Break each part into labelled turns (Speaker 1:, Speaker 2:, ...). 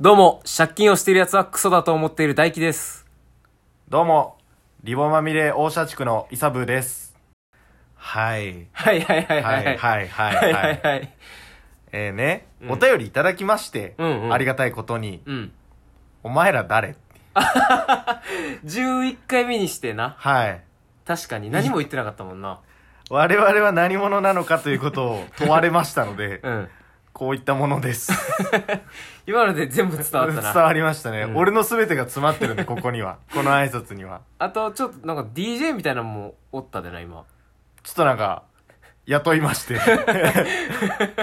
Speaker 1: どうも、借金をしている奴はクソだと思っている大輝です。
Speaker 2: どうも、リボまみれ大社地区のイサブーです。はい。
Speaker 1: はいはいはい
Speaker 2: は、
Speaker 1: はい。
Speaker 2: はいい、はい、
Speaker 1: は
Speaker 2: はいい。
Speaker 1: はいはい。
Speaker 2: えーね、
Speaker 1: ん
Speaker 2: お便りいただきまして、
Speaker 1: うんうん
Speaker 2: ありがたいことに、
Speaker 1: うん。
Speaker 2: お前ら誰
Speaker 1: 11回目にしてな。
Speaker 2: はい。
Speaker 1: 確かに何も言ってなかったもんな。
Speaker 2: 我々は何者なのかということ を問われましたので
Speaker 1: う、ん。
Speaker 2: こういったものです。
Speaker 1: 今ので全部伝わった
Speaker 2: 伝
Speaker 1: な。
Speaker 2: わりましたね、
Speaker 1: うん
Speaker 2: 俺の全てが詰まってるんで、ここには。この挨拶には。
Speaker 1: あと、ちょっとなんか DJ みたいなのもおったでな、今。
Speaker 2: ちょっとなんか、雇い まして。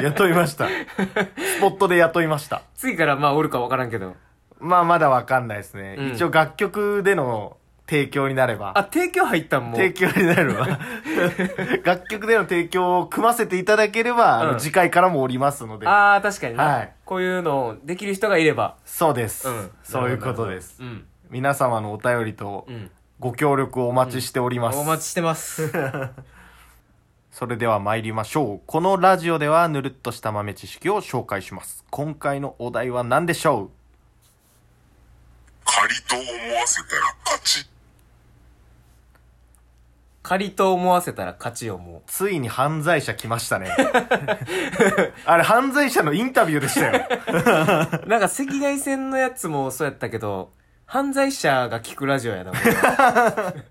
Speaker 2: 雇いました。スポットで雇いました。
Speaker 1: 次からまあおるかわからんけど。
Speaker 2: まあまだわかんないですね、
Speaker 1: うん
Speaker 2: 一応楽曲での提供になれ
Speaker 1: あ、
Speaker 2: ば
Speaker 1: 提供入ったんも
Speaker 2: 提
Speaker 1: う。
Speaker 2: 供になれ ば楽曲での提供を組ませていただければ、あ
Speaker 1: うん
Speaker 2: の次回からもおりますので
Speaker 1: あー、確かにな。
Speaker 2: はい
Speaker 1: こういうのをできる人がいれば。
Speaker 2: そうです、
Speaker 1: うん。
Speaker 2: そういうことです、
Speaker 1: なるほ
Speaker 2: 皆様のお便りと
Speaker 1: ど。うん。うん。
Speaker 2: ご協力をお待ちしております、
Speaker 1: お待ちして ます。
Speaker 2: それでは参りましょうこのラジオではぬるっとした豆知識を紹介します今回のお題は何でしょう
Speaker 3: 借りと思わせたら勝ち。
Speaker 1: 借りと思わせたら勝ちをもう。
Speaker 2: ついに犯罪者来 ましたねあれ犯罪者のインタビューでしたよ
Speaker 1: なんか赤外線のやつもそうやったけど、犯罪者が聞くラジオやな、こ れ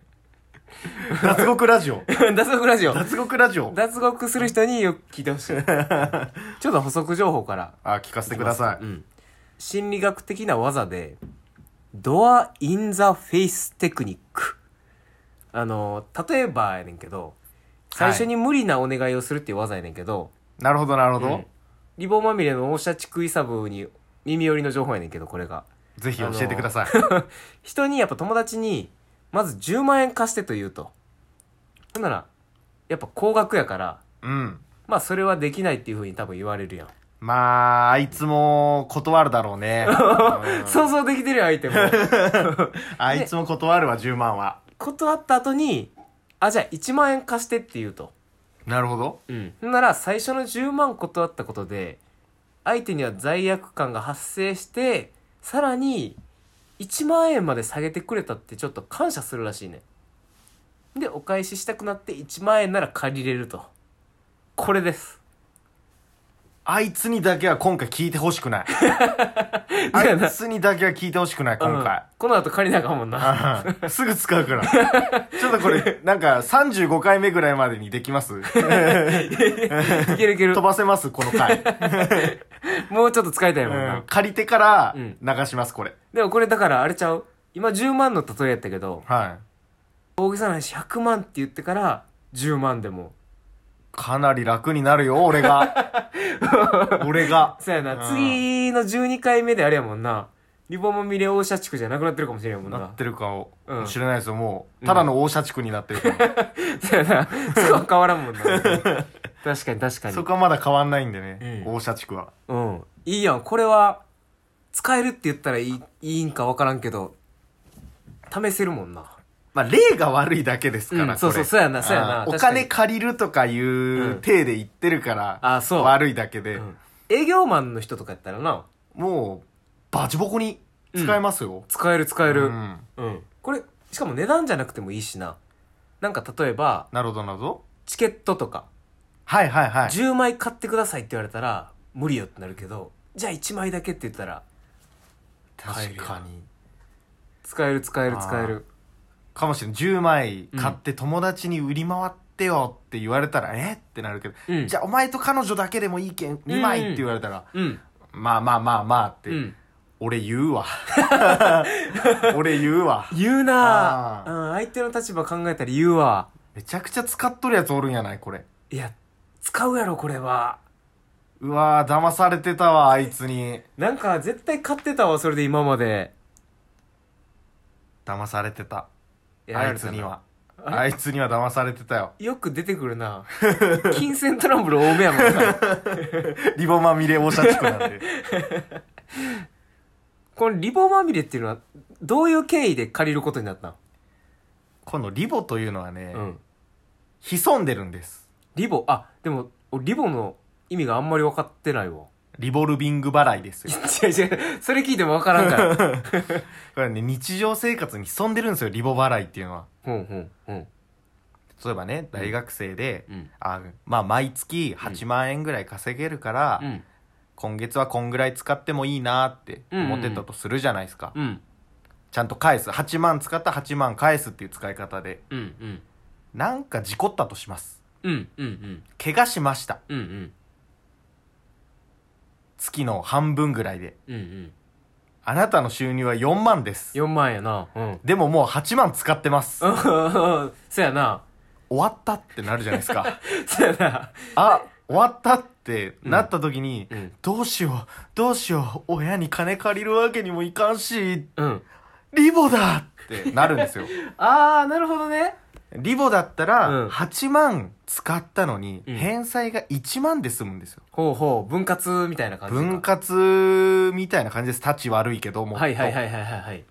Speaker 2: 脱獄ラジオ
Speaker 1: 脱獄ラ ジオ。
Speaker 2: 脱獄ラジオ
Speaker 1: 脱獄する人によく聞いてほしい。 ちょっと補足情報から。
Speaker 2: あ聞かせてください、
Speaker 1: うん。心理学的な技で、ドア・イン・ザ・フェイス・テクニック。あの、例えばやねんけど、最初に無理なお願いをするっていう技やねんけど、
Speaker 2: なるほどなるほど、
Speaker 1: うんリボンまみれの大社地区イサブに耳寄りの情報やねんけど、これが。
Speaker 2: ぜひ教えてください、
Speaker 1: 人にやっぱ友達にまず10万円貸してと言うとほんならやっぱ高額やから
Speaker 2: うん
Speaker 1: まあそれはできないっていうふうに多分言われるやん、
Speaker 2: まああいつも断るだろう ね、うん
Speaker 1: 想像できてるよ相手も
Speaker 2: あいつも断るわ10万は
Speaker 1: 断った後にあじゃあ1万円貸してって言うと
Speaker 2: なるほど
Speaker 1: うんほんなら最初の10万断ったことで相手には罪悪感が発生してさらに1万円まで下げてくれたってちょっと感謝するらしいねでお返ししたくなって1万円なら借りれるとこれです
Speaker 2: あいつにだけは今回聞いてほしく ないあ
Speaker 1: やない
Speaker 2: つにだけは聞いてほしくない今
Speaker 1: うん
Speaker 2: 回、
Speaker 1: この後借りなあかんもんな。
Speaker 2: うんすぐ使うからちょっとこ れなんか35回目ぐらいまでにできます
Speaker 1: いけるいける
Speaker 2: 飛。ばせますこの回、
Speaker 1: もうちょっと使いたいもん
Speaker 2: うん
Speaker 1: な。
Speaker 2: 借りてから
Speaker 1: うん
Speaker 2: 流しますこれ、
Speaker 1: でもこれだからあれちゃう今10万の例えやったけど、
Speaker 2: はい
Speaker 1: 大げさないし100万って言ってから10万でも。
Speaker 2: かなり楽になるよ、俺が。 俺が。
Speaker 1: そうやな。
Speaker 2: うん
Speaker 1: 次の12回目であれやもんな。リボモミレオーシャ地区じゃなくなってるかもしれんもん
Speaker 2: な
Speaker 1: な
Speaker 2: っ。てるかも
Speaker 1: うん
Speaker 2: しれないですよ、もう。ただの大社地区になってるから
Speaker 1: そうやな。そこは変わらんもん な。確かに確かに
Speaker 2: そ。こはまだ変わんないんでね、
Speaker 1: うん
Speaker 2: 大社地区は。
Speaker 1: うん。いいやん。これは、使えるって言ったらいい、いいんかわからんけど、試せるもんな。
Speaker 2: まあ、例が悪いだけですから、
Speaker 1: うん
Speaker 2: これ
Speaker 1: そうそうそうやなそうやな
Speaker 2: あーお
Speaker 1: 確かに
Speaker 2: 金借りるとかいうんう体で言ってるから、
Speaker 1: あそう
Speaker 2: 悪いだけで、
Speaker 1: うん。営業マンの人とかやったらな、
Speaker 2: もう、バチボコに使えますよ。
Speaker 1: 使える使える。
Speaker 2: うん
Speaker 1: うん。これ、しかも値段じゃなくてもいいしな。なんか例えば、
Speaker 2: なるほど、なるほど。
Speaker 1: チケットとか、
Speaker 2: はいはいはい。
Speaker 1: 10枚買ってくださいって言われたら、無理よってなるけど、じゃあ1枚だけって言ったら、
Speaker 2: 確かに。
Speaker 1: 使える使える使える。
Speaker 2: かもしれん10枚買って友達に売り回ってよって言われたら、えってなるけど、
Speaker 1: うん
Speaker 2: じゃあお前と彼女だけでもいいけん2枚って言われたら、
Speaker 1: うん。
Speaker 2: まあまあまあまあって、
Speaker 1: うん。
Speaker 2: 俺言 うわ俺言うわ
Speaker 1: 言うな
Speaker 2: あ
Speaker 1: ぁ。うん、相手の立場考えたら言うわ。
Speaker 2: めちゃくちゃ使っとるやつおるんやないこれ
Speaker 1: いや、使うやろ、これは。
Speaker 2: うわー騙されてたわあいつに
Speaker 1: なんか、絶対買ってたわ、それで今まで。
Speaker 2: 騙されてた
Speaker 1: やら
Speaker 2: あ
Speaker 1: れ
Speaker 2: い
Speaker 1: た
Speaker 2: つ
Speaker 1: な
Speaker 2: に。はあいつには騙されてたよ
Speaker 1: よく出てくるな金銭トラブル多めやもんな。
Speaker 2: リボまみれおしゃちくなん で
Speaker 1: このリボまみれっていうのは、どういう経緯で借りることになったの
Speaker 2: このリボというのはね、
Speaker 1: うん。
Speaker 2: 潜んでるんです
Speaker 1: リボ、あ、でも、俺リボの意味があんまり分かってないわ。
Speaker 2: リボルビング払いですよ。
Speaker 1: 違う違う。それ聞いてもわからん から。
Speaker 2: これね、日常生活に潜んでるんですよ、リボ払いっていうのは。
Speaker 1: うんうんうん。
Speaker 2: 例えばね、大学生で、
Speaker 1: うん
Speaker 2: あまあ、毎月8万円ぐらい稼げるから、
Speaker 1: うん。
Speaker 2: 今月はこんぐらい使ってもいいなって思ってたとするじゃないですか。
Speaker 1: うん。
Speaker 2: ちゃんと返す。8万使った8万返すっていう使い方で。
Speaker 1: うんうん。
Speaker 2: なんか事故ったとします。
Speaker 1: うんうんうん。
Speaker 2: 怪我しました。
Speaker 1: うんうん。
Speaker 2: 月の半分ぐらいで。
Speaker 1: うんうん。
Speaker 2: あなたの収入は4万です。
Speaker 1: 4万やな。 うん。
Speaker 2: でももう8万使ってます。
Speaker 1: うんそやな。
Speaker 2: 終わったってなるじゃないですか。
Speaker 1: そやな。
Speaker 2: あ、終わったってなった時に、
Speaker 1: うん
Speaker 2: どうしよう、どうしよう、親に金借りるわけにもいかんし、
Speaker 1: うん。
Speaker 2: リボだってなるんですよ。
Speaker 1: あー、なるほどね。
Speaker 2: リボだったら、
Speaker 1: うん
Speaker 2: 8万使ったのに、
Speaker 1: うん
Speaker 2: 返済が1万で済むんですよ。
Speaker 1: ほうほう、分割みたいな感じか。
Speaker 2: 分割みたいな感じです。タチ悪いけども。
Speaker 1: はいはいはいはいはいはい。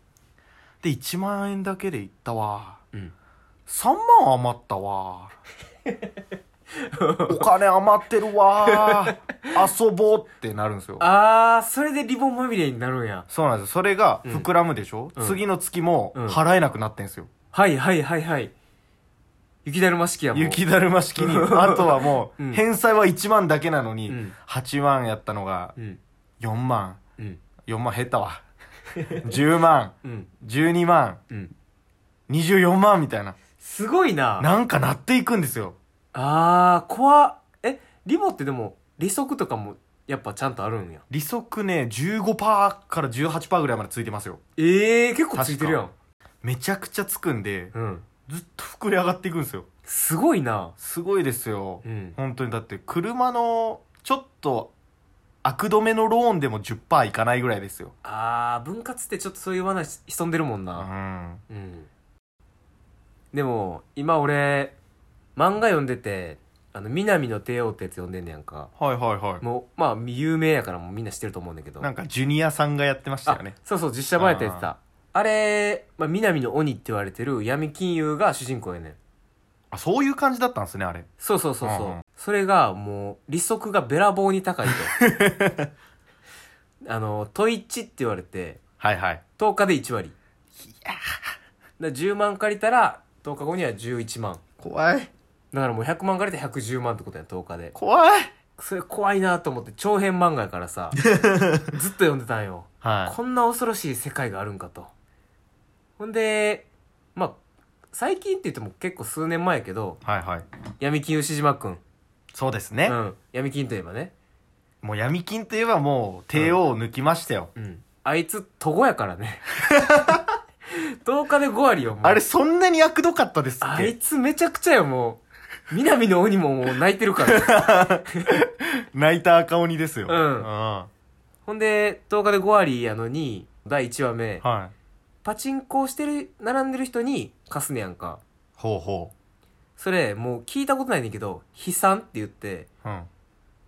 Speaker 2: で、1万円だけでいったわ。
Speaker 1: うん。
Speaker 2: 3万余っ たわ。お金余ってるわ。遊ぼうってなるんですよ。
Speaker 1: あー、それでリボンまみれになるんや。
Speaker 2: そうなんですよ。それが膨らむでしょ、
Speaker 1: うん
Speaker 2: 次の月も
Speaker 1: うん
Speaker 2: 払えなくなってんすよ。
Speaker 1: はいはいはいはい。雪だるま式やもん。
Speaker 2: 雪だるま式 に。あとはも
Speaker 1: う
Speaker 2: う、
Speaker 1: ん
Speaker 2: 返済は1万だけなの
Speaker 1: う
Speaker 2: に
Speaker 1: ん、
Speaker 2: 8万やったのが
Speaker 1: うん。
Speaker 2: 4万。
Speaker 1: うん。
Speaker 2: 4万減ったわ。10万、
Speaker 1: うん。
Speaker 2: 12万、
Speaker 1: うん。
Speaker 2: 24万みたいな。
Speaker 1: すごいな。
Speaker 2: なんかなっていくんですよ。
Speaker 1: あー、怖っ。え、リボってでも、利息とかも、やっぱちゃんとあるんや。
Speaker 2: 利息ね、15%から18%ぐらいまでついてますよ。
Speaker 1: ええー、結構ついてるやん。
Speaker 2: めちゃくちゃつくんで、
Speaker 1: うん。
Speaker 2: ずっと膨れ上がっていくんですよ。
Speaker 1: すごいな。
Speaker 2: すごいですよ。
Speaker 1: うん。
Speaker 2: 本当にだって車のちょっと悪止めのローンでも10%いかないぐらいですよ
Speaker 1: あー、分割ってちょっとそういう罠潜んでるもん
Speaker 2: う
Speaker 1: な。
Speaker 2: ん
Speaker 1: うん。でも、今俺、漫画読んでて、あの、南の帝王ってやつ読んでんねやんか。
Speaker 2: はいはいは
Speaker 1: もう、まあ、有名やからもうみんな知ってると思うんだけど。
Speaker 2: なんかジュニアさんがやってましたよね
Speaker 1: あそうそう実写版やったやつだあれ、まあ、南の鬼って言われてる闇金融が主人公やねん
Speaker 2: あそういう感じだったんですねあれ
Speaker 1: そうそうそうそう、
Speaker 2: うんうん
Speaker 1: それがもう利息がべらぼうに高いと あのトイチって言われて
Speaker 2: はいはい
Speaker 1: 10日で1割いや10万借りたら10日後には11万
Speaker 2: 怖い
Speaker 1: だからもう100万借りて110万ってことや10日で
Speaker 2: 怖い
Speaker 1: それ怖いなと思って長編漫画やからさずっと読んでたんよ
Speaker 2: は
Speaker 1: こんな恐ろしい世界があるんかと。ほんで、まあ、最近って言っても結構数年前やけど、
Speaker 2: いはいはい
Speaker 1: 闇金牛島くん。
Speaker 2: そうですね、
Speaker 1: うん。闇金といえばね。
Speaker 2: もう闇金といえばもう帝王を抜きましたよ、
Speaker 1: うん。あいつ、とごやから ね。10日で5割よ、もう
Speaker 2: あれそんなに悪どかったですっ
Speaker 1: あ
Speaker 2: け
Speaker 1: いつめちゃくちゃよ、もう。南の鬼ももう泣いてる から。
Speaker 2: 泣いた赤鬼ですよ
Speaker 1: うん
Speaker 2: は
Speaker 1: ほんで、10日で5割やのに、第1話目
Speaker 2: い、ほ
Speaker 1: パチンコをしてる、並んでる人に貸すねやんか。
Speaker 2: うほ
Speaker 1: それ、もう聞いたことないねんけど、悲惨って言って、
Speaker 2: ううん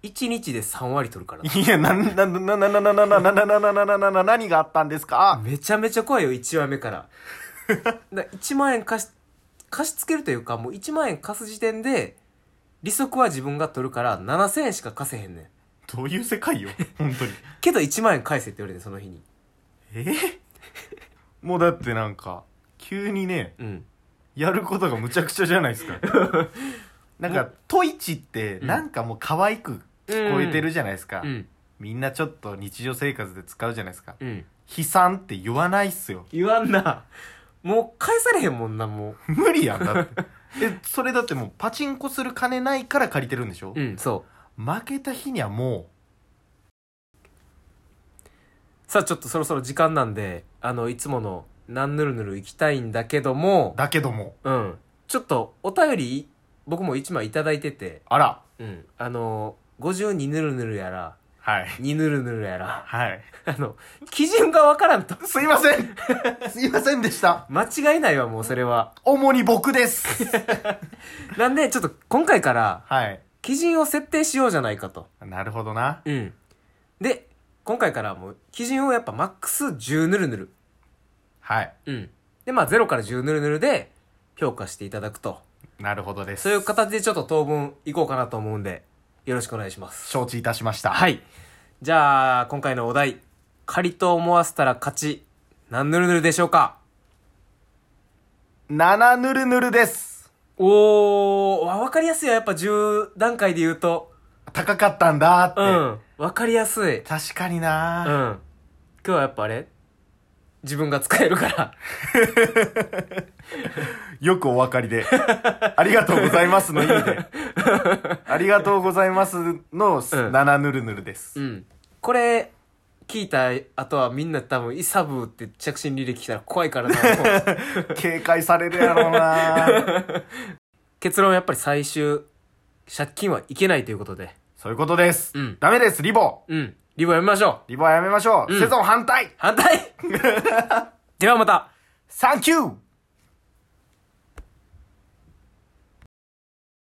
Speaker 1: 1日で3割取るからな。
Speaker 2: いや、な、な、な、な、な、な、な、な、な、な、な、な、な、な、な、何があったんですか
Speaker 1: めちゃめちゃ怖いよ、1話目から。 だ1万円貸し、貸し付けるというか、もう1万円貸す時点で、利息は自分が取るから、7000円しか貸せへんねん。
Speaker 2: どういう世界よ本当に。
Speaker 1: けど1万円返せって言われて、その日に。
Speaker 2: えもうだってなんか、急にね、
Speaker 1: うん。
Speaker 2: やることがむちゃくちゃじゃないですか。 なんか、トイチって、なんかもう可愛く聞こえてるじゃないですか
Speaker 1: う。ん。
Speaker 2: みんなちょっと日常生活で使うじゃないですか。
Speaker 1: うん。
Speaker 2: 悲惨って言わないっす よ。
Speaker 1: 言わんな。もう返されへんもんな、も
Speaker 2: 無理やん、だって。え、それだってもうパチンコする金ないから借りてるんでしょ
Speaker 1: う。うん、そ
Speaker 2: 負けた日にはも
Speaker 1: う。さあ、ちょっとそろそろ時間なんで、あの、いつもの、なんぬるぬる行きたいんだけど
Speaker 2: う、
Speaker 1: も、
Speaker 2: だけども、
Speaker 1: うん。ちょっと、お便り、僕も1枚いただいてて、
Speaker 2: あら、
Speaker 1: うん。あの、52ぬるぬるやら、
Speaker 2: はい。
Speaker 1: にぬるぬるやら、
Speaker 2: はい。
Speaker 1: あの、基準がわからんと。
Speaker 2: すいませんすいませんでした
Speaker 1: 間違いないわ、もうそれは。
Speaker 2: 主に僕です
Speaker 1: なんで、ちょっと今回から、
Speaker 2: はい。
Speaker 1: 基準を設定しようじゃないかと。
Speaker 2: なるほどな。
Speaker 1: うん。で、今回からはもう、基準をやっぱマックス10ぬるぬる。
Speaker 2: はい。
Speaker 1: うん。で、まあ0から10ぬるぬるで、評価していただくと。
Speaker 2: なるほどです。
Speaker 1: そういう形でちょっと当分いこうかなと思うんで、よろしくお願いします。
Speaker 2: 承知いたしました。
Speaker 1: はい。じゃあ、今回のお題。仮と思わせたら勝ち。何ぬるぬるでしょうか
Speaker 2: 7ぬるぬるです
Speaker 1: おー、わわかりやすいよ。やっぱ10段階で言うと。
Speaker 2: 高かったんだって、
Speaker 1: うん。わかりやすい。うん。
Speaker 2: 確かに
Speaker 1: 今
Speaker 2: な、
Speaker 1: 日はやっぱあれ自分が使えるから。
Speaker 2: よくお分かりでありがとうございますの 意味でありがとうございますの7ぬるぬるです、
Speaker 1: うん。これ、聞いた後はみんな多分、イサブーって着信履歴来たら怖いから な。もう
Speaker 2: 警戒されるやろ うな
Speaker 1: 結論やっぱり最終、借金はいけないということで。
Speaker 2: そういうことです、
Speaker 1: うん
Speaker 2: ダメですリボ
Speaker 1: うん。リボやめましょう。
Speaker 2: リボはやめましょう、
Speaker 1: うん
Speaker 2: セゾン反対
Speaker 1: 反対ではまた
Speaker 2: サンキュー